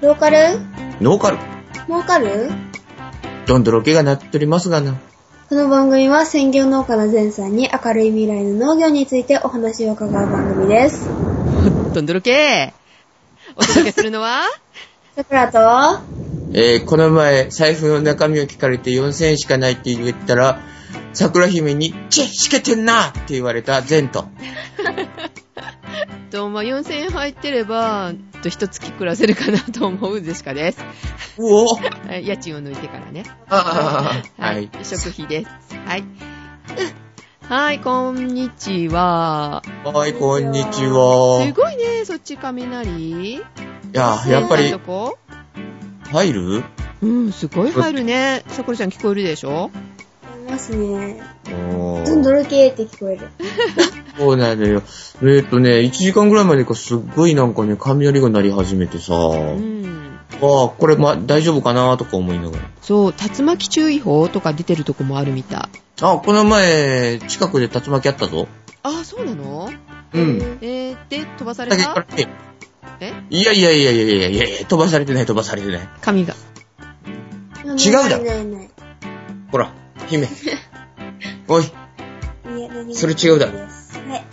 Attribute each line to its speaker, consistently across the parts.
Speaker 1: ローカル
Speaker 2: ノーカル。
Speaker 1: 儲かる
Speaker 2: どんどろけがなっとりますがな。
Speaker 1: この番組は専業農家の前さんに明るい未来の農業についてお話を伺う番組です。
Speaker 3: どんどろけお届けするのは
Speaker 1: さくらと、
Speaker 2: えー、この前、財布の中身を聞かれて4000円しかないって言ったら、桜姫に、チェしけてんなって言われた善と。
Speaker 3: と、まあ、4000円入ってれば、と、一月暮らせるかなと思うでしかです。
Speaker 2: うお
Speaker 3: はい家賃を抜いてからね。
Speaker 2: あーはい。
Speaker 3: 食費です。はい。はい、こんにちは。
Speaker 2: はい、こんにち
Speaker 3: す
Speaker 2: は。
Speaker 3: ごいね、そっち雷。
Speaker 2: いや、やっぱ
Speaker 3: そ
Speaker 2: り
Speaker 3: んなと、こ
Speaker 2: 入る
Speaker 3: うん、すごい入るね。さくらちゃん聞こえるでしょ
Speaker 1: いますね。
Speaker 2: お
Speaker 1: ドンド
Speaker 2: ー
Speaker 1: ロ系って聞こえる。
Speaker 2: そうなのよ。えーっとね、1時間ぐらい前でかすっごいなんかね、雷が鳴り始めてさ、
Speaker 3: う
Speaker 2: あ
Speaker 3: ん。
Speaker 2: あ、これま、大丈夫かなとか思いながら。
Speaker 3: そう、竜巻注意報とか出てるとこもあるみたい。
Speaker 2: あ、この前、近くで竜巻あったぞ。
Speaker 3: あ、そうなの
Speaker 2: うん。
Speaker 3: えー、で、飛ばされ
Speaker 2: だけどこ
Speaker 3: た
Speaker 2: れね
Speaker 3: え
Speaker 2: いやいやいやいやいやいやいや、飛ばされてない飛ばされてない。
Speaker 3: 髪が。
Speaker 2: 違うだろ
Speaker 1: ないないない。
Speaker 2: ほら、姫。 おい、
Speaker 1: いや、何も
Speaker 2: それ違うだろ
Speaker 1: ですはい。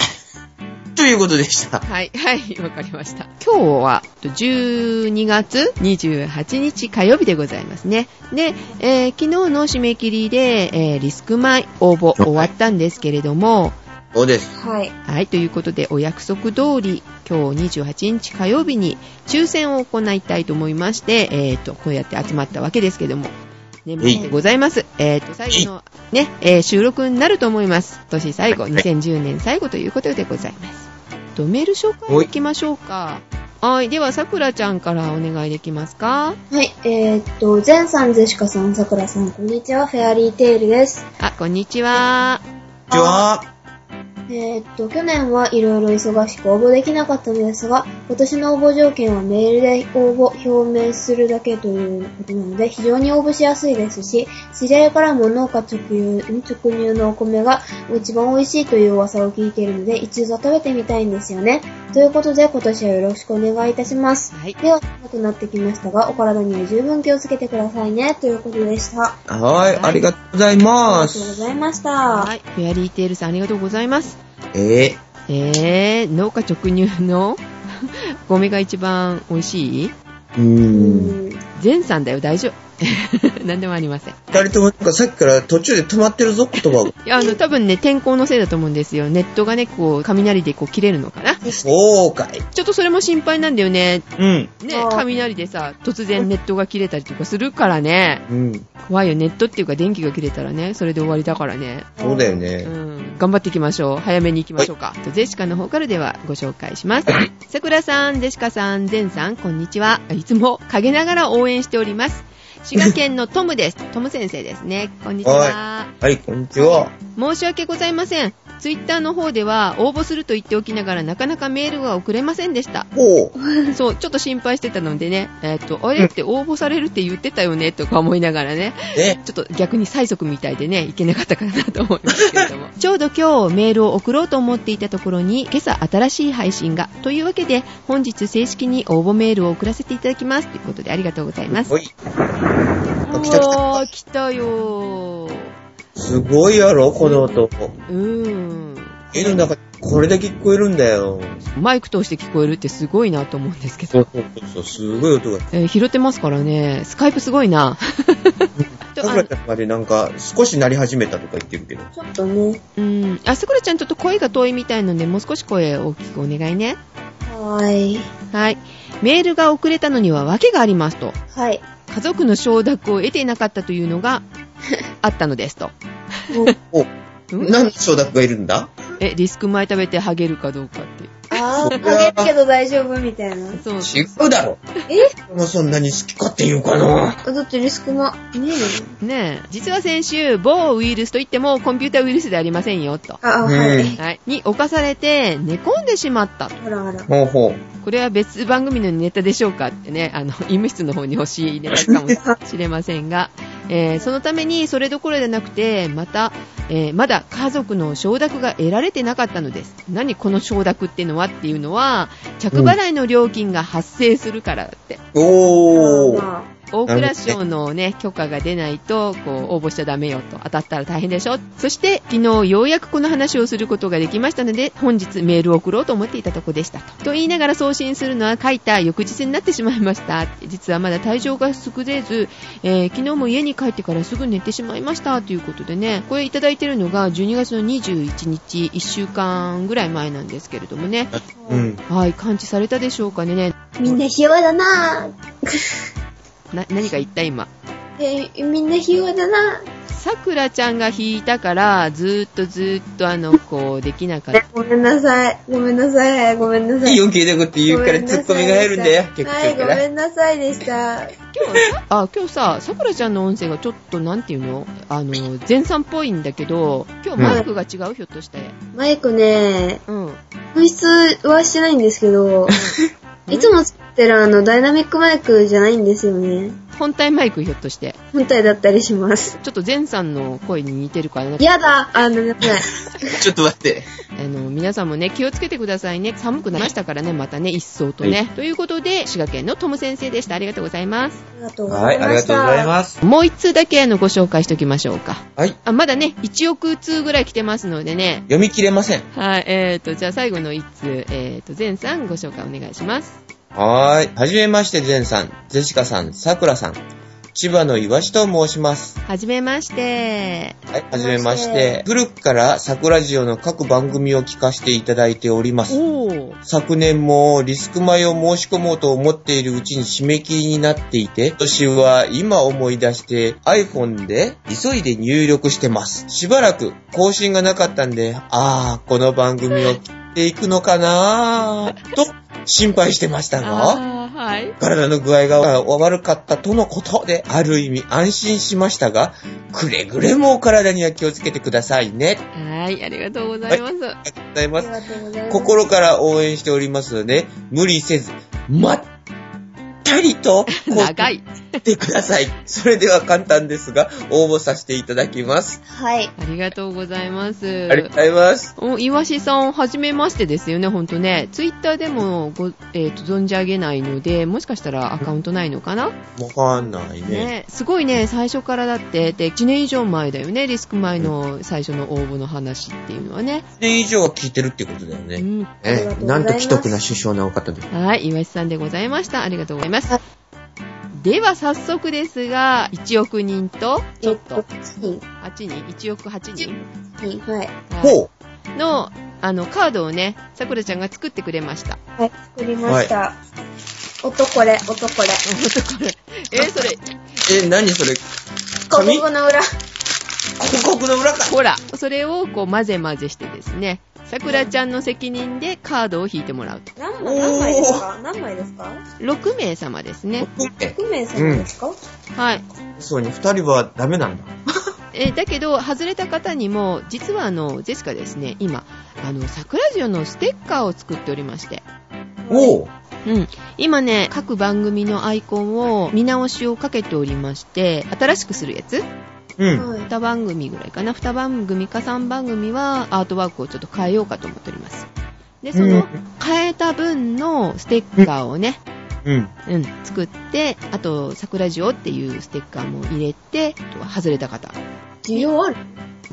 Speaker 2: ということでした。
Speaker 3: はい、はい、わかりました。今日は、と12月28日火曜日でございますね。で、えー昨日の締め切りで、えーリスク前応募終わったんですけれども、
Speaker 2: そうです。
Speaker 1: はい。
Speaker 3: はい、ということでお約束通り、今日28日火曜日に抽選を行いたいと思いまして、えっ、と、こうやって集まったわけですけども、年末でございます。えっ、と、最後のね、えー収録になると思います。今年最後、
Speaker 2: はい
Speaker 3: 2010年最後ということでございます。と、メール紹介いきましょうか。はい、では、さくらちゃんからお願いできますか
Speaker 1: はい、えーっと、ゼンさん、ゼシカさん、さくらさん、こんにちは、フェアリーテールです。
Speaker 3: あ、こんにちは。
Speaker 2: こんにちは。
Speaker 1: えーっと、去年はいろいろ忙しく応募できなかったのですが、今年の応募条件はメールで応募表明するだけということなので、非常に応募しやすいですし、知り合いからも農家直輸直入のお米が一番美味しいという噂を聞いているので、一度食べてみたいんですよね。ということで、今年はよろしくお願いいたします。
Speaker 3: はい。
Speaker 1: では、寒くなってきましたが、お体には十分気をつけてくださいね、ということでした。
Speaker 2: は
Speaker 3: はい
Speaker 2: い、ありがとうござい
Speaker 1: あり
Speaker 2: ま
Speaker 1: がとうご
Speaker 2: す。
Speaker 1: ざいました。
Speaker 3: はい。フェアリーテールさん、ありがとうございます。
Speaker 2: え
Speaker 3: えー、農家直入の お米が一番美味しい
Speaker 1: う
Speaker 2: ー、うーん。
Speaker 1: ん。
Speaker 3: 全さんだよ、大丈夫。 何でもありません。
Speaker 2: 二人ともなんかさっきから途中で止まってるぞ、言葉 が。
Speaker 3: いや、あの、多分ね、天候のせいだと思うんですよ。ネットがね、こう、雷でこう切れるのかな。
Speaker 2: そうかい。
Speaker 3: ちょっとそれも心配なんだよね。
Speaker 2: うん。
Speaker 3: ね
Speaker 1: あ、ー
Speaker 3: 雷でさ、突然ネットが切れたりとかするからね。
Speaker 2: うん。
Speaker 3: 怖いよ、ネットっていうか電気が切れたらね、それで終わりだからね。
Speaker 2: そうだよ
Speaker 3: う
Speaker 2: ね。
Speaker 3: ん、頑張っていきましょう。早めに行きましょうか。とゼシカの方からではご紹介します。さくらさん、ゼシカさん、ゼンさん、こんにちは。いつも陰ながら応援しております。滋賀県のトム です。トム先生ですね。こんにちは。
Speaker 2: はい、こんにちは。
Speaker 3: 申し訳ございません。ツイッターの方では応募すると言っておきながらなかなかメールが送れませんでした。
Speaker 2: ほう。
Speaker 3: そう、ちょっと心配してたのでね、えっ、と、あれって応募されるって言ってたよねとか思いながらね、
Speaker 2: ね。
Speaker 3: ちょっと逆に催促みたいでね、いけなかったかなと思いますけ れども。ちょうど今日メールを送ろうと思っていたところに、今朝新しい配信が。というわけで、本日正式に応募メールを送らせていただきます。ということでありがとうございます。
Speaker 2: おい。あ来た来た。
Speaker 3: おー、来たよー。
Speaker 2: すごいやろ、この音。
Speaker 3: うーん。
Speaker 2: 絵の中、これだけ聞こえるんだよ。
Speaker 3: マイク通して聞こえるってすごいなと思うんですけ
Speaker 2: そ
Speaker 3: ど。
Speaker 2: うそうそうそう、すごい音が。
Speaker 3: えー拾ってますからね。スカイプすごいな。
Speaker 2: さ
Speaker 3: とあ
Speaker 2: くらちゃんまでなんか、少しなり始めたとか言ってるけど。
Speaker 1: ちょっとね。
Speaker 3: うん。あ、さくらちゃんちょっと声が遠いみたいなので、もう少し声を大きくお願いね。
Speaker 1: はーい。
Speaker 3: はい。メールが遅れたのには訳がありますと。
Speaker 1: はい。
Speaker 3: 家族の承諾を得ていなかったという のがあったのですと。
Speaker 2: お、
Speaker 3: うん
Speaker 2: なんで承諾がいるんだ
Speaker 3: え、リスク前食べてハゲるかどうかっていう。
Speaker 1: あ
Speaker 2: そ
Speaker 1: ー、
Speaker 2: りゃ
Speaker 1: かげるけど大丈夫みたいな。
Speaker 3: そうそう。
Speaker 2: 違うだろ。えもそんなに好き勝手言うかな。
Speaker 1: だってリスクも、ね
Speaker 3: ねえ。実は先週、某ウイルスといってもコンピュータウイルスではありませんよ、と。
Speaker 1: あ、あ、は
Speaker 2: ね
Speaker 1: い。
Speaker 3: はい。に侵されて寝込んでしまったと。
Speaker 1: ほらほら。
Speaker 2: ほうほう。
Speaker 3: これは別番組のネタでしょうかってね、あの、医務室の方に欲しいネタかもしれませんが、えーそのためにそれどころじゃなくてまた、えーまだ家族の承諾が得られてなかったのです何この承諾ってのはっていうのは着払いの料金が発生するからだって、
Speaker 2: おー。
Speaker 1: ま
Speaker 3: 大蔵省の、ね、許可が出ないとこう応募しちゃダメよと当たったら大変でしょそして昨日ようやくこの話をすることができましたので本日メールを送ろうと思っていたとこでしたとと言いながら送信するのは書いた翌日になってしまいました実はまだ体調が優れず、えー昨日も家に帰ってからすぐ寝てしまいましたということでねこれいただいてるのが12月の21日1週間ぐらい前なんですけれどもね
Speaker 1: あ
Speaker 2: うん。
Speaker 3: はい感知されたでしょうかね
Speaker 1: みんなひ弱だなぁ。
Speaker 3: な何か言った今
Speaker 1: えーみんなひ弱だなぁ。
Speaker 3: さくらちゃんが弾いたから、ずーっとずーっとあの、こう、できなかった。
Speaker 1: ごめんなさい。ごめんなさい。ごめんなさい。
Speaker 2: いいよ、聞いたこと言うからツッコミが入るんだよ、結構
Speaker 1: は
Speaker 2: 強い
Speaker 1: い、
Speaker 2: か
Speaker 1: ご
Speaker 2: ら
Speaker 1: め。んなさいでした。
Speaker 3: 今日さ、あ、今日さ、さくらちゃんの音声がちょっと、なんていうのあの、前さんっぽいんだけど、今日マイクが違う、ひょっとして。
Speaker 1: マイクね、
Speaker 3: うん。
Speaker 1: 紛失はしてないんですけ ど、いつも使ってるあの、ダイナミックマイクじゃないんですよね。
Speaker 3: 本体マイクひょっとして。
Speaker 1: 本体だったりします。
Speaker 3: ちょっと前さんの声に似てるからね。
Speaker 1: やだあの、やばい。
Speaker 2: ちょっと待って。
Speaker 3: あの、皆さんもね、気をつけてくださいね。寒くなりましたからね、またね、一層とね。ということで、滋賀県のとも先生でした。ありがとうございます。
Speaker 1: ありがとうご
Speaker 2: は
Speaker 1: ざ
Speaker 2: い、
Speaker 1: い
Speaker 2: あ
Speaker 1: ま
Speaker 2: りが
Speaker 1: し
Speaker 2: とう
Speaker 1: た。
Speaker 2: ございます。
Speaker 3: もう一通だけ、あの、ご紹介しておきましょうか。
Speaker 2: はい、
Speaker 3: あ、まだね、1億通ぐらい来てますのでね、
Speaker 2: 読み切れません。
Speaker 3: はい、えーと、じゃあ最後の一通、えーと、前さんご紹介お願いします。
Speaker 2: はーい。はじめまして、ゼンさん、ゼシカさん、さくらさん。千葉のイワシと申します。
Speaker 3: はじめまして。
Speaker 2: はい、はじめま
Speaker 1: はじ
Speaker 2: し
Speaker 1: めまして
Speaker 2: て。古くから桜ジオの各番組を聞かせていただいております。
Speaker 3: おー。
Speaker 2: 昨年もリスク米を申し込もうと思っているうちに締め切りになっていて、今年は今思い出して iPhone で急いで入力してます。しばらく更新がなかったんで、あー、この番組を切っていくのかなー、と心配してましたが、
Speaker 3: あーはい。
Speaker 2: 体の具合が悪かったとのことで、ある意味安心しましたが、くれぐれもお体には気をつけてくださいね。
Speaker 3: はい、ありがとうございま
Speaker 2: あ
Speaker 3: す。
Speaker 2: りがとうござい
Speaker 1: あ
Speaker 2: ま
Speaker 1: り
Speaker 2: す。
Speaker 1: がとうございます。
Speaker 2: 心から応援しておりますので、無理せず、まった りと、
Speaker 3: 長い。
Speaker 2: ってください。それでは簡単ですが、応募させていただきます。
Speaker 1: はい。
Speaker 3: ありがとうございます
Speaker 2: あ。りがとうございます。
Speaker 3: お、いわしさん、はじめましてですよね、ほんとね。ツイッターでもご、えーと、存じ上げないので、もしかしたらアカウントないのかな
Speaker 2: わかんないね。
Speaker 3: ね、すごいね、最初からだって、で、1年以上前だよね、リスク前の最初の応募の話っていうのはね。
Speaker 2: 1年以上は聞いてるってことだよ
Speaker 3: う
Speaker 2: ね。
Speaker 3: ん。
Speaker 1: ありがとうございますなんと奇特な
Speaker 2: 首相なお方で。
Speaker 3: はい、岩井さんでございました。ありがとうございま
Speaker 1: は
Speaker 3: す。では、早速ですが、1億人と、ち
Speaker 1: え
Speaker 3: ょ
Speaker 1: っ
Speaker 3: っ
Speaker 1: と、
Speaker 3: と、
Speaker 1: はい。
Speaker 3: 8人、1億8人
Speaker 1: はい。
Speaker 3: はい
Speaker 2: ほ
Speaker 3: の、あの、カードをね、さくらちゃんが作ってくれました。
Speaker 1: はい、作りました。音これ、音これ。
Speaker 3: これ、えーそれ、
Speaker 2: う。え、何それ
Speaker 1: 広
Speaker 2: 紙
Speaker 1: 告の裏。
Speaker 2: 広告の裏か
Speaker 3: ほら、それをこう混ぜ混ぜしてですね、さくらちゃんの責任でカードを引いてもらうと。
Speaker 1: 何
Speaker 2: 枚何枚ですか
Speaker 1: 何枚ですか
Speaker 3: 6名様ですね。
Speaker 2: え、
Speaker 1: ?6 名
Speaker 2: 様です
Speaker 1: か、
Speaker 3: はい。
Speaker 2: そうに2人はダメなんだ。
Speaker 3: えーだけど、外れた方にも、実はあの、ジェシカですね、今、あの、桜塩のステッカーを作っておりまして、
Speaker 2: おう。
Speaker 3: うん。今ね、各番組のアイコンを見直しをかけておりまして、新しくするやつ
Speaker 2: うん。
Speaker 1: はい。
Speaker 3: ?2 番組ぐらいかな ?2 番組か3番組は、アートワークをちょっと変えようかと思っております。で、その、変えた分のステッカーをね、
Speaker 2: うん。
Speaker 3: うん、作って、あと、桜塩っていうステッカーも入れて、あとは外れた方。
Speaker 1: 需要ある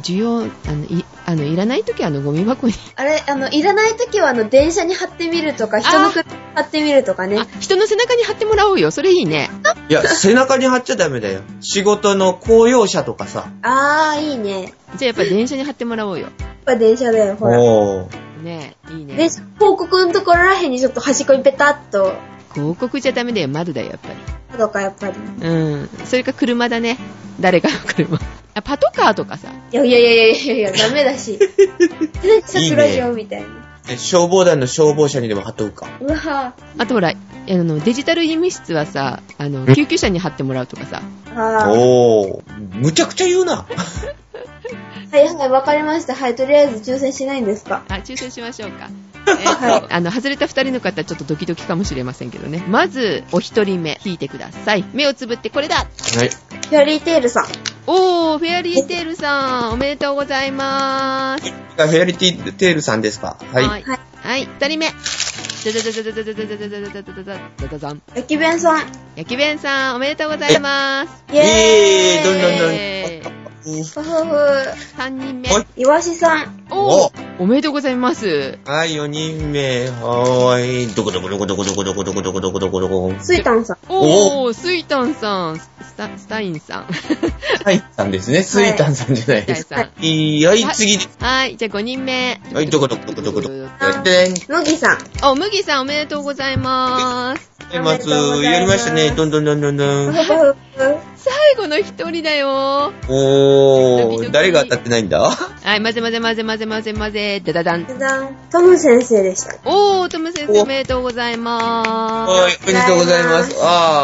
Speaker 3: 需要、あの、い、あの、いらないときは、あの、ゴミ箱に
Speaker 1: あれ、あの、いらない時は、あの、電車に貼ってみるとか、人の車に貼ってみるとかね
Speaker 3: あ。、人の背中に貼ってもらおうよ。それいいね。
Speaker 2: いや、背中に貼っちゃダメだよ。仕事の公用車とかさ。
Speaker 1: あー、いいね。やっ
Speaker 3: じゃあやっぱ電車に貼ってもらおうよ。
Speaker 1: ぱ電車だよ、ほら。
Speaker 2: おう。
Speaker 3: ねえ、いい
Speaker 1: 電
Speaker 3: ね。
Speaker 1: 車、広告のところらへんにちょっと端っこにペタッと、
Speaker 3: 広告じゃダメだよ。窓だよ、やっぱり。
Speaker 1: とどかやっぱり。
Speaker 3: うん。それか車だね。誰かの車。あ、パトカーとかさ。
Speaker 1: いやいやいやいやいやいや、ダメだし。電車黒いよ、みたいな。
Speaker 2: え消防団の消防車にでも貼っとくか。
Speaker 1: うわぁ。
Speaker 3: あとほら、あの、デジタル医務室はさ、あの、救急車に貼ってもらうとかさ。
Speaker 1: あー。
Speaker 2: おー、むちゃくちゃ言うな。
Speaker 1: はいはい、わかりました。はい、とりあえず抽選しないんですか。
Speaker 3: あ、抽選しましょうか。えっと、あの、外れた二人の方、ちょっとドキドキかもしれませんけどね。まず、お一人目、引いてください。目をつぶって、これだ
Speaker 2: はい。
Speaker 1: フェアリーテールさん。
Speaker 3: おー、フェアリーテールさん、おめでとうございます。
Speaker 2: フェアリティテールさんですかはい。
Speaker 3: はい。はい、二人目。じゃじゃじゃじゃじゃじゃじゃじゃじゃじゃじゃじゃじゃじゃじゃじゃじゃん。
Speaker 1: 焼き弁さん。
Speaker 3: 焼き弁さん、おめでとうございます。
Speaker 1: イェーイ
Speaker 2: えーどんどんどん
Speaker 3: えー
Speaker 1: ふふふ。
Speaker 3: 三人目。
Speaker 2: はい
Speaker 1: イワシさん。
Speaker 3: おー、おめでとうございます。
Speaker 2: はい、4人目。はーい。どこどこどこどこどこどこどこどこどこどこどこ。
Speaker 1: スイタンさん。
Speaker 3: おー、スイタンさん、スタ、スタインさん。
Speaker 2: はい、さんですね。スイタンさんじゃないですか。
Speaker 3: は
Speaker 2: はいい、はい、次です。
Speaker 3: はい、じゃあ5人目。
Speaker 2: はい、どこどこどこどこどこ。でん。
Speaker 1: 麦さん。
Speaker 3: お、麦さんおめでとうございます。
Speaker 2: まず、やりましたね。どんどんどんどんど
Speaker 1: ふ
Speaker 2: ん。
Speaker 1: ふふ。
Speaker 3: 最後の一人だよ
Speaker 2: おー、誰が当たってないんだ
Speaker 3: はい、混ぜ混ぜ混ぜ混ぜ混ぜ混ぜ、ダダダン。
Speaker 1: じゃじゃん。トム先生でした。
Speaker 3: おー、トム先生
Speaker 2: お
Speaker 3: おめでとうございま
Speaker 2: はい、おめでとうございます。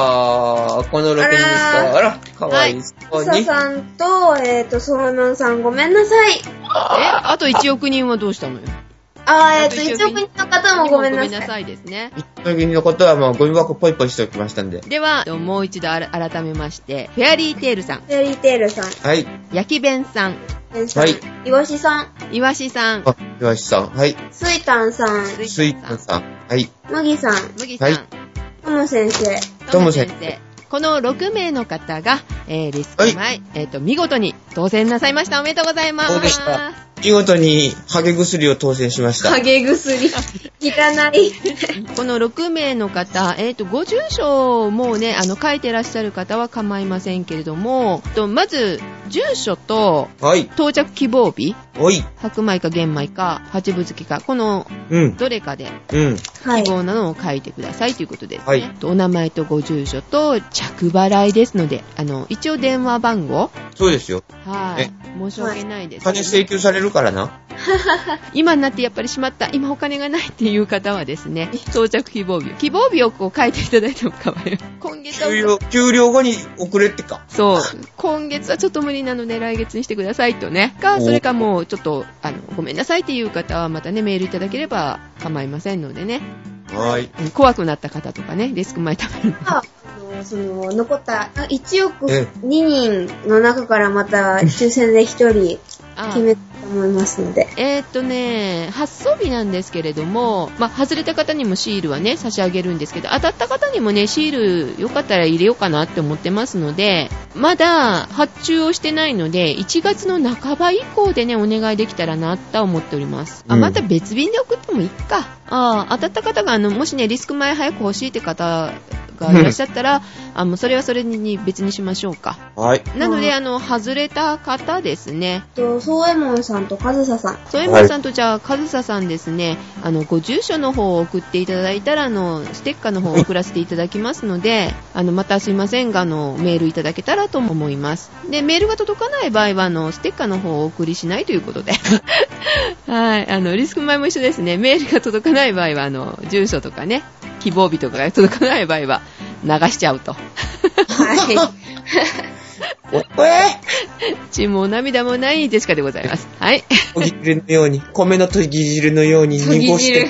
Speaker 2: あー、この6人ですか。あら、かわいい。
Speaker 1: うささんと、えっ、ー、と、ソーノンさんごめんなさい。
Speaker 3: す。え、あと1億人はどうしたのよ。
Speaker 1: あー、えっ、ー、と、
Speaker 3: 一
Speaker 1: 1
Speaker 3: 億
Speaker 1: 億
Speaker 3: 人
Speaker 1: 人の方もごめんな
Speaker 3: ご
Speaker 1: さい。
Speaker 3: ですね。
Speaker 2: 一時のことは、まあ、ゴミ箱ポイポイしておきましたんで。
Speaker 3: では、もう一度あら改めまして、フェアリーテールさん、
Speaker 1: フェアリーテールさん、
Speaker 2: はい、
Speaker 3: 焼き弁さん、
Speaker 1: ベンさん、
Speaker 2: はい
Speaker 1: イワシさん、
Speaker 3: イワシさん、
Speaker 2: あ、岩橋さん。はい、
Speaker 1: スイタンさん、
Speaker 2: スイタンさん。はい、
Speaker 1: 麦さん、
Speaker 3: 麦さん、
Speaker 2: はい
Speaker 1: トム先生、
Speaker 3: ト
Speaker 2: ト
Speaker 3: ム
Speaker 2: ム
Speaker 3: 先
Speaker 2: 先
Speaker 3: 生
Speaker 2: 生。
Speaker 3: この6名の方が、えー、リスク前、えっ、と、見事に当選なさいました。おめでとうございます。
Speaker 2: そうでした見事に、ハゲ薬を当選しました。
Speaker 1: 影薬、汚い。
Speaker 3: この6名の方、えっ、と、ご住所もうね、あの、書いてらっしゃる方は構いませんけれども、とまず、住所と、
Speaker 2: はい、
Speaker 3: 到着希望日、
Speaker 2: おい、
Speaker 3: 白米か玄米か、八分月か、この
Speaker 2: うん、
Speaker 3: どれかで
Speaker 2: うん。
Speaker 1: はい
Speaker 3: 希。望なのを書いてくださいということですね。
Speaker 2: はい
Speaker 3: とお名前とご住所と着払いですので、あの、一応電話番号、
Speaker 2: そうですよ。
Speaker 3: はい
Speaker 2: ね。
Speaker 3: 申し訳ないです、
Speaker 2: 金請求されるからな。
Speaker 3: 今になってやっぱりしまった、今お金がないっていう方はですね、到着希望日。希望日をこう書いていただいても構わない。今月
Speaker 2: 給
Speaker 3: は、
Speaker 2: 料、給料後に遅れってか。
Speaker 3: そう、今月はちょっと無理なので来月にしてくださいとね。か、
Speaker 2: おー
Speaker 3: それかもうちょっと、あの、ごめんなさいっていう方はまたね、メールいただければ構いませんのでね。
Speaker 2: はい。
Speaker 3: うん怖くなった方とかね、リスク前食べる。
Speaker 1: あのその、残ったあ1億
Speaker 2: え
Speaker 1: 2人の中からまた抽選で1人
Speaker 3: あ
Speaker 1: 決めたと思いますので。
Speaker 3: えーっとね、発送日なんですけれども、まあ、外れた方にもシールはね、差し上げるんですけど、当たった方にもね、シールよかったら入れようかなって思ってますので、まだ発注をしてないので、1月の半ば以降でね、お願いできたらなとは思っております。あ、
Speaker 2: うん
Speaker 3: また別便で送ってもいいか。あー当たった方が、あの、もしね、リスク前早く欲しいって方がいらっしゃったら、あもうそれはそれに別にしましょうか。
Speaker 2: はい。
Speaker 3: なので、
Speaker 1: うん
Speaker 3: あの、外れた方ですね、
Speaker 1: と、ソーエモンさんとカズサ さん。
Speaker 3: そういうもんさんとじゃあ、かずささんですね、あの、ご住所の方を送っていただいたら、あの、ステッカーの方を送らせていただきますので、あの、またすいませんが、あの、メールいただけたらと思います。で、メールが届かない場合は、あの、ステッカーの方をお送りしないということで。 はい、あの、リスク前も一緒ですね。メールが届かない場合は、あの、住所とかね、希望日とかが届かない場合は、流しちゃうと。
Speaker 1: はい。
Speaker 2: おっえ
Speaker 3: 血も涙もないジェシカでございます。はい。
Speaker 2: とぎ汁のように、米のとぎ汁のように濁して、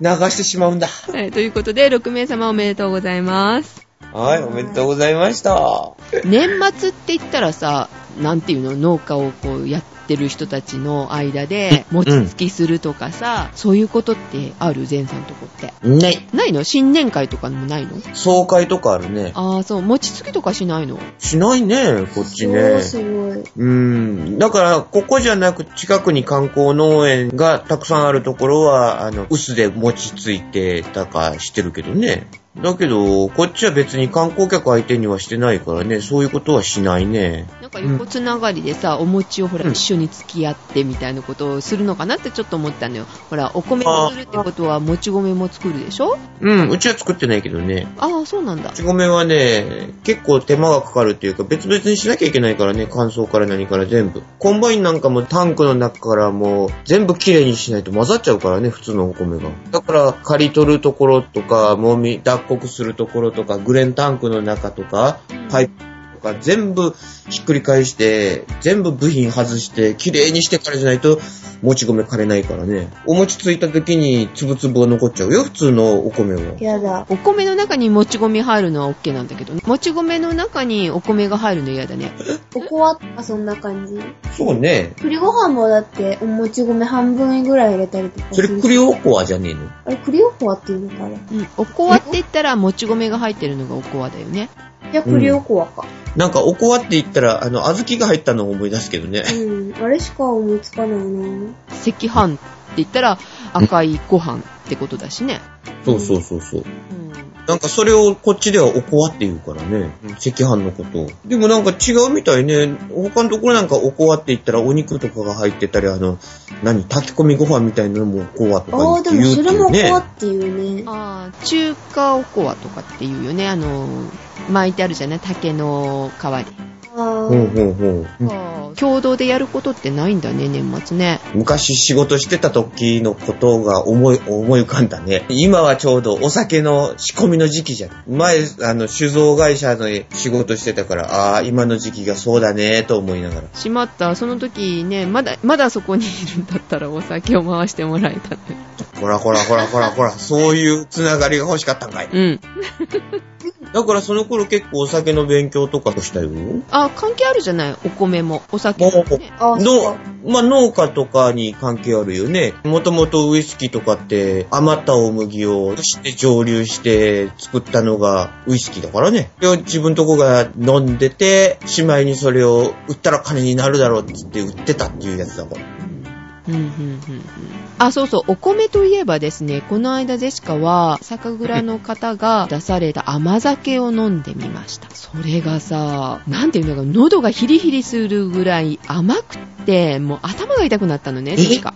Speaker 2: 流してしまうんだ。
Speaker 3: はいということで、6名様おめでとうございます。
Speaker 2: はい、おめでとうございました。
Speaker 3: 年末って言ったらさ、なんていうの、農家をこうやってる人たちの間で、餅つきするとかさ、そういうことってある前さんとこって。
Speaker 2: ね。
Speaker 3: ないの新年会とかもないの
Speaker 2: 爽快とかあるね。
Speaker 3: ああ、そう、餅つきとかしないの
Speaker 2: しないね、こっち
Speaker 1: そう
Speaker 2: ね。
Speaker 1: すごい。
Speaker 2: うん。だから、ここじゃなく、近くに観光農園がたくさんあるところは、あの、薄で餅ついてたかしてるけどね。だけど、こっちは別に観光客相手にはしてないからね、そういうことはしないね。
Speaker 3: なんか横つながりでさ、お餅をほら、
Speaker 2: うん
Speaker 3: 一緒に付き合ってみたいなことをするのかなってちょっと思ったのよ。ほら、お米をするってことは、もち米も作るでしょ
Speaker 2: うん、うちは作ってないけどね。
Speaker 3: ああ、そうなんだ
Speaker 2: も。ち米はね、結構手間がかかるっていうか、別々にしなきゃいけないからね、乾燥から何から全部。コンバインなんかもタンクの中からもう、全部きれいにしないと混ざっちゃうからね、普通のお米が。だから、刈り取るところとか、もみ、脱穀するところとか、グレンタンクの中とか、パイプととか全部ひっくり返して、全部部品外して、綺麗にしてからじゃないと、もち米枯れないからね。お餅ついた時に粒々が残っちゃうよ、普通のお米は。
Speaker 1: やだ。
Speaker 3: お米の中にもち米入るのは OK なんだけど、もち米の中にお米が入るの嫌だね。
Speaker 1: おこわとかそんな感じ。
Speaker 2: そうね。
Speaker 1: 栗ご飯もだって、おもち米半分ぐらい入れたりとか
Speaker 2: そ
Speaker 1: す
Speaker 2: れ
Speaker 1: る。
Speaker 2: 栗おこわじゃねえの
Speaker 1: あれ、栗おこわっていうのか、あれ。
Speaker 3: うん。おこわって言ったら、もち米が入ってるのがおこわだよね。
Speaker 1: じゃあ、栗おこわか。
Speaker 2: なんかおこわって言ったら、あの、小豆が入ったのを思い出すけどね。
Speaker 1: うん。あれしか思いつかないな
Speaker 3: 赤飯って言ったら、赤いご飯ってことだしね。
Speaker 2: そうそうそうそう。
Speaker 3: うん。
Speaker 2: なんかそれをこっちではおこわって言うからね。赤飯のことを。でもなんか違うみたいね。他のところなんかおこわって言ったらお肉とかが入ってたり、あの、何、炊き込みご飯みたいなのもおこわと
Speaker 1: ああ、
Speaker 2: か
Speaker 1: でも
Speaker 2: 言うっ
Speaker 1: そ
Speaker 2: て
Speaker 1: れ
Speaker 2: い
Speaker 1: も
Speaker 2: う
Speaker 1: おこわ
Speaker 2: ね
Speaker 1: っ。ていうね。
Speaker 3: ああ、中華おこわとかっていうよね。あの、巻いてあるじゃない竹の皮に。
Speaker 1: あ
Speaker 2: うん
Speaker 1: ー
Speaker 2: うんうん、
Speaker 3: あー共同でやることってないんだね、年末ね。
Speaker 2: 昔仕事してた時のことが思い、思い浮かんだね。今はちょうどお酒の仕込みの時期じゃん。前、あの、酒造会社の仕事してたから、ああー、今の時期がそうだね、と思いながら。
Speaker 3: しまった。その時ね、まだ、まだそこにいるんだったらお酒を回してもらえたね。
Speaker 2: ほらほらほらほらほら、そういうつながりが欲しかったんかい。
Speaker 3: うん。
Speaker 2: だからその頃結構お酒の勉強とかしたよ。
Speaker 3: あ、関係あるじゃないお米も、お酒も、ね。
Speaker 1: あー、そ
Speaker 2: の
Speaker 1: うか。、
Speaker 2: まあ、農家とかに関係あるよね。もともとウイスキーとかって余った大麦をして蒸留して作ったのがウイスキーだからね。それを自分とこが飲んでて、しまいにそれを売ったら金になるだろうって言って売ってたっていうやつだから。
Speaker 3: うんうんうんうんあ、そうそう、お米といえばですね、この間ジェシカは、酒蔵の方が出された甘酒を飲んでみました。それがさ、なんていうのか、喉がヒリヒリするぐらい甘くって、もう頭が痛くなったのね、
Speaker 2: え
Speaker 3: ジェシカ。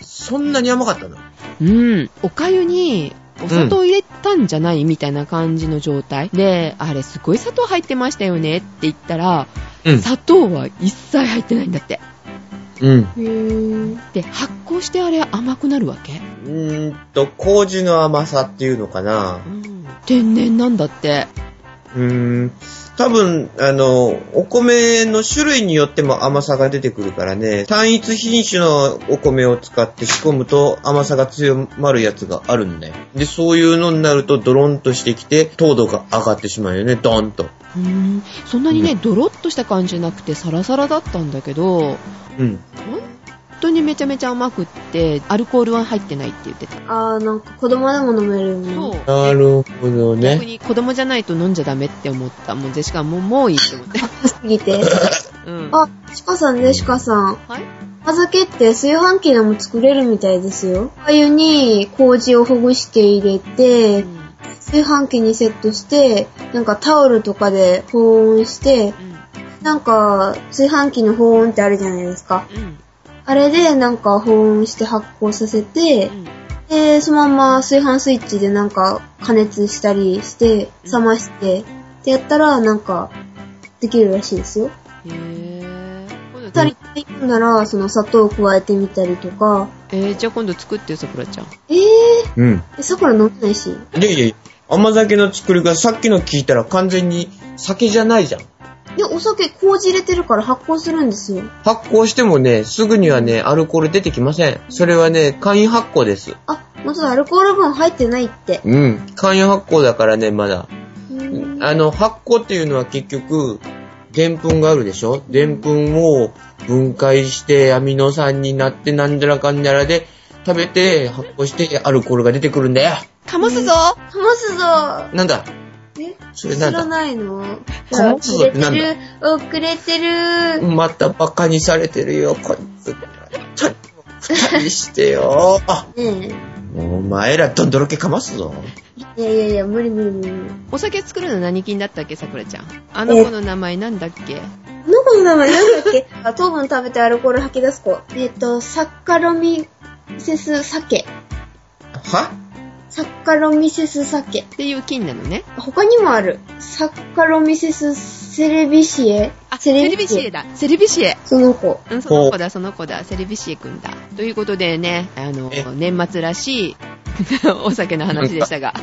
Speaker 2: そんなに甘かったの
Speaker 3: うん。お粥に、お砂糖入れたんじゃない、みたいな感じの状態。で、あれすごい砂糖入ってましたよねって言ったら、
Speaker 2: うん
Speaker 3: 砂糖は一切入ってないんだって。
Speaker 2: うん。
Speaker 1: へー。
Speaker 3: で、発酵してあれ甘くなるわけ
Speaker 2: うーんと、麹の甘さっていうのかな。
Speaker 3: 天然なんだって。
Speaker 2: うーん多分、あの、お米の種類によっても甘さが出てくるからね、単一品種のお米を使って仕込むと甘さが強まるやつがあるんだよ。で、そういうのになるとドロンとしてきて、糖度が上がってしまうよね、ドンと。
Speaker 3: うんそんなにね、ドロッとした感じじゃなくてサラサラだったんだけど、
Speaker 2: うん。
Speaker 3: 本当にめちゃめちゃ甘くって、アルコールは入ってないって言ってた。
Speaker 1: あー、なんか子供でも飲めるよね。
Speaker 3: そう。
Speaker 2: なるほど
Speaker 3: 逆
Speaker 2: ね。
Speaker 3: に子供じゃないと飲んじゃダメって思った。もうジェシカもうもういいって思って。
Speaker 1: すぎて。
Speaker 3: うん。
Speaker 1: あ、鹿さんね、鹿さん。
Speaker 3: はい
Speaker 1: 甘酒って炊飯器でも作れるみたいですよ。湯に麹をほぐして入れて、炊飯器にセットして、なんかタオルとかで保温して、なんか炊飯器の保温ってあるじゃないですか。あれでなんか保温して発酵させて、で、そのまま炊飯スイッチでなんか加熱したりして、冷まして、ってやったらなんかできるらしいですよ。
Speaker 3: へぇ
Speaker 1: 二人で行くなら、その砂糖を加えてみたりとか、
Speaker 3: えー、じゃあ今度作ってよ、さくらちゃん。
Speaker 1: えぇ
Speaker 2: うん。
Speaker 1: ー、さくら飲めないし。
Speaker 2: いやいやいや甘酒の作りがさっきの聞いたら完全に酒じゃないじゃん。
Speaker 1: で、お酒、麹入れてるから発酵するんですよ。
Speaker 2: 発酵してもね、すぐにはね、アルコール出てきません。それはね、簡易発酵です。
Speaker 1: あ、もとアルコール分入ってないって。
Speaker 2: うん。簡易発酵だからね、まだ。
Speaker 1: うーん
Speaker 2: あの、発酵っていうのは結局、でんぷんがあるでしょでんぷんを分解してアミノ酸になってなんだらかんだらで食べて発酵してアルコールが出てくるんだよ。
Speaker 3: かますぞ
Speaker 1: かますぞ
Speaker 2: なんだ
Speaker 1: え
Speaker 2: それ
Speaker 1: 知
Speaker 2: なん
Speaker 1: ら
Speaker 2: だ
Speaker 1: ないの
Speaker 2: かますぞ
Speaker 1: 遅れて
Speaker 2: なんだ
Speaker 1: る遅れてる
Speaker 2: またバカにされてるよ、こいつ。ちょっと二人してよ。あ、
Speaker 1: ね
Speaker 2: お前らどんどろけかますぞ。
Speaker 1: え。いやいやいや、無理無理無理。
Speaker 3: お酒作るの何菌だったっけ、さくらちゃん。あの子の名前なんだっけ
Speaker 1: この子の名前なんだっけ あ糖分食べてアルコール吐き出す子。えっ、と、サッカロミセスサケ。
Speaker 2: は
Speaker 1: サッカロミセスサケ。
Speaker 3: っていう菌なのね。
Speaker 1: 他にもある。サッカロミセスセレビシエ。
Speaker 3: あ、セレビシエだ。セレビシエ。
Speaker 1: その子。
Speaker 3: うん、その子だ、その子だ。セレビシエくんだ。ということでね、あの
Speaker 2: え、
Speaker 3: 年末らしいお酒の話でしたが。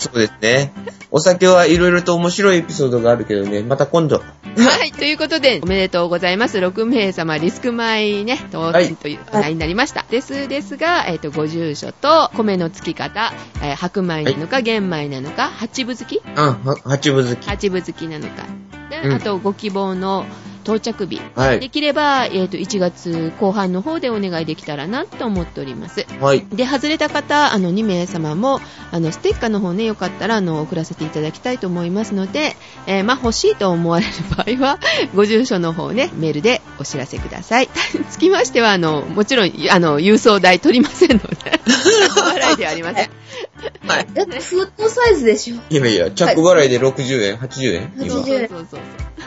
Speaker 2: そうですね。お酒はいろいろと面白いエピソードがあるけどね、また今度。
Speaker 3: はい、ということで、おめでとうございます。6名様、リスク前ね、当選という話題になりました。です、ですが、えっ、と、ご住所と、米の付き方、えー白米なのか、玄米なのか、八分付き
Speaker 2: うん、は八分好き。
Speaker 3: 八分付きなのか。で、
Speaker 2: うん
Speaker 3: あと、ご希望の到着日。
Speaker 2: は
Speaker 3: で
Speaker 2: い。
Speaker 3: きれば、えっ、と、1月後半の方でお願いできたらなと思っております。
Speaker 2: はい。
Speaker 3: で、外れた方、あの、2名様も、あの、ステッカーの方ね、よかったら、あの、送らせていただきたいと思いますので、えーまあ、欲しいと思われる場合は、ご住所の方ね、メールでお知らせください。 つきましては、あの、もちろん、あの、郵送代取りませんので、 笑いではありません。
Speaker 2: はい。
Speaker 1: だって封筒サイズでしょ。
Speaker 2: いやいや、着払いで60円、80円
Speaker 1: 80
Speaker 2: 今。
Speaker 3: そうそうそうそう。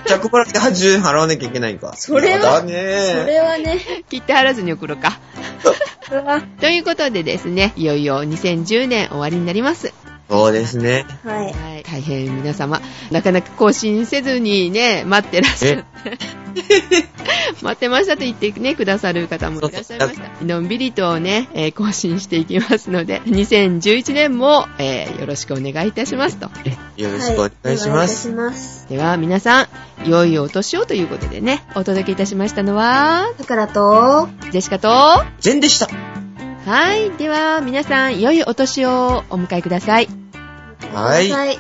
Speaker 2: 着払いで80円払わなきゃいけないんか。
Speaker 1: それは
Speaker 2: やだね
Speaker 1: それはね、
Speaker 3: 切って払わずに送ろうか。
Speaker 1: これは、
Speaker 3: ということでですね、いよいよ2010年終わりになります。
Speaker 2: そうですね。
Speaker 1: はい。
Speaker 3: はい、大変皆様、なかなか更新せずにね、待ってらっしゃって。 待ってましたと言ってね、くださる方もいらっしゃいました。のんびりとね、えー更新していきますので、2011年も、えーよろしくお願いいたしますと。
Speaker 2: よろしくお願いします。
Speaker 1: はいお願いいたします。
Speaker 3: では皆さん、良いお年をということでね、お届けいたしましたのは、
Speaker 1: だからと、
Speaker 3: ジェシカと、は
Speaker 2: 全でした。
Speaker 3: い、では皆さん、良いお年をお迎えください。
Speaker 2: はい
Speaker 1: はい。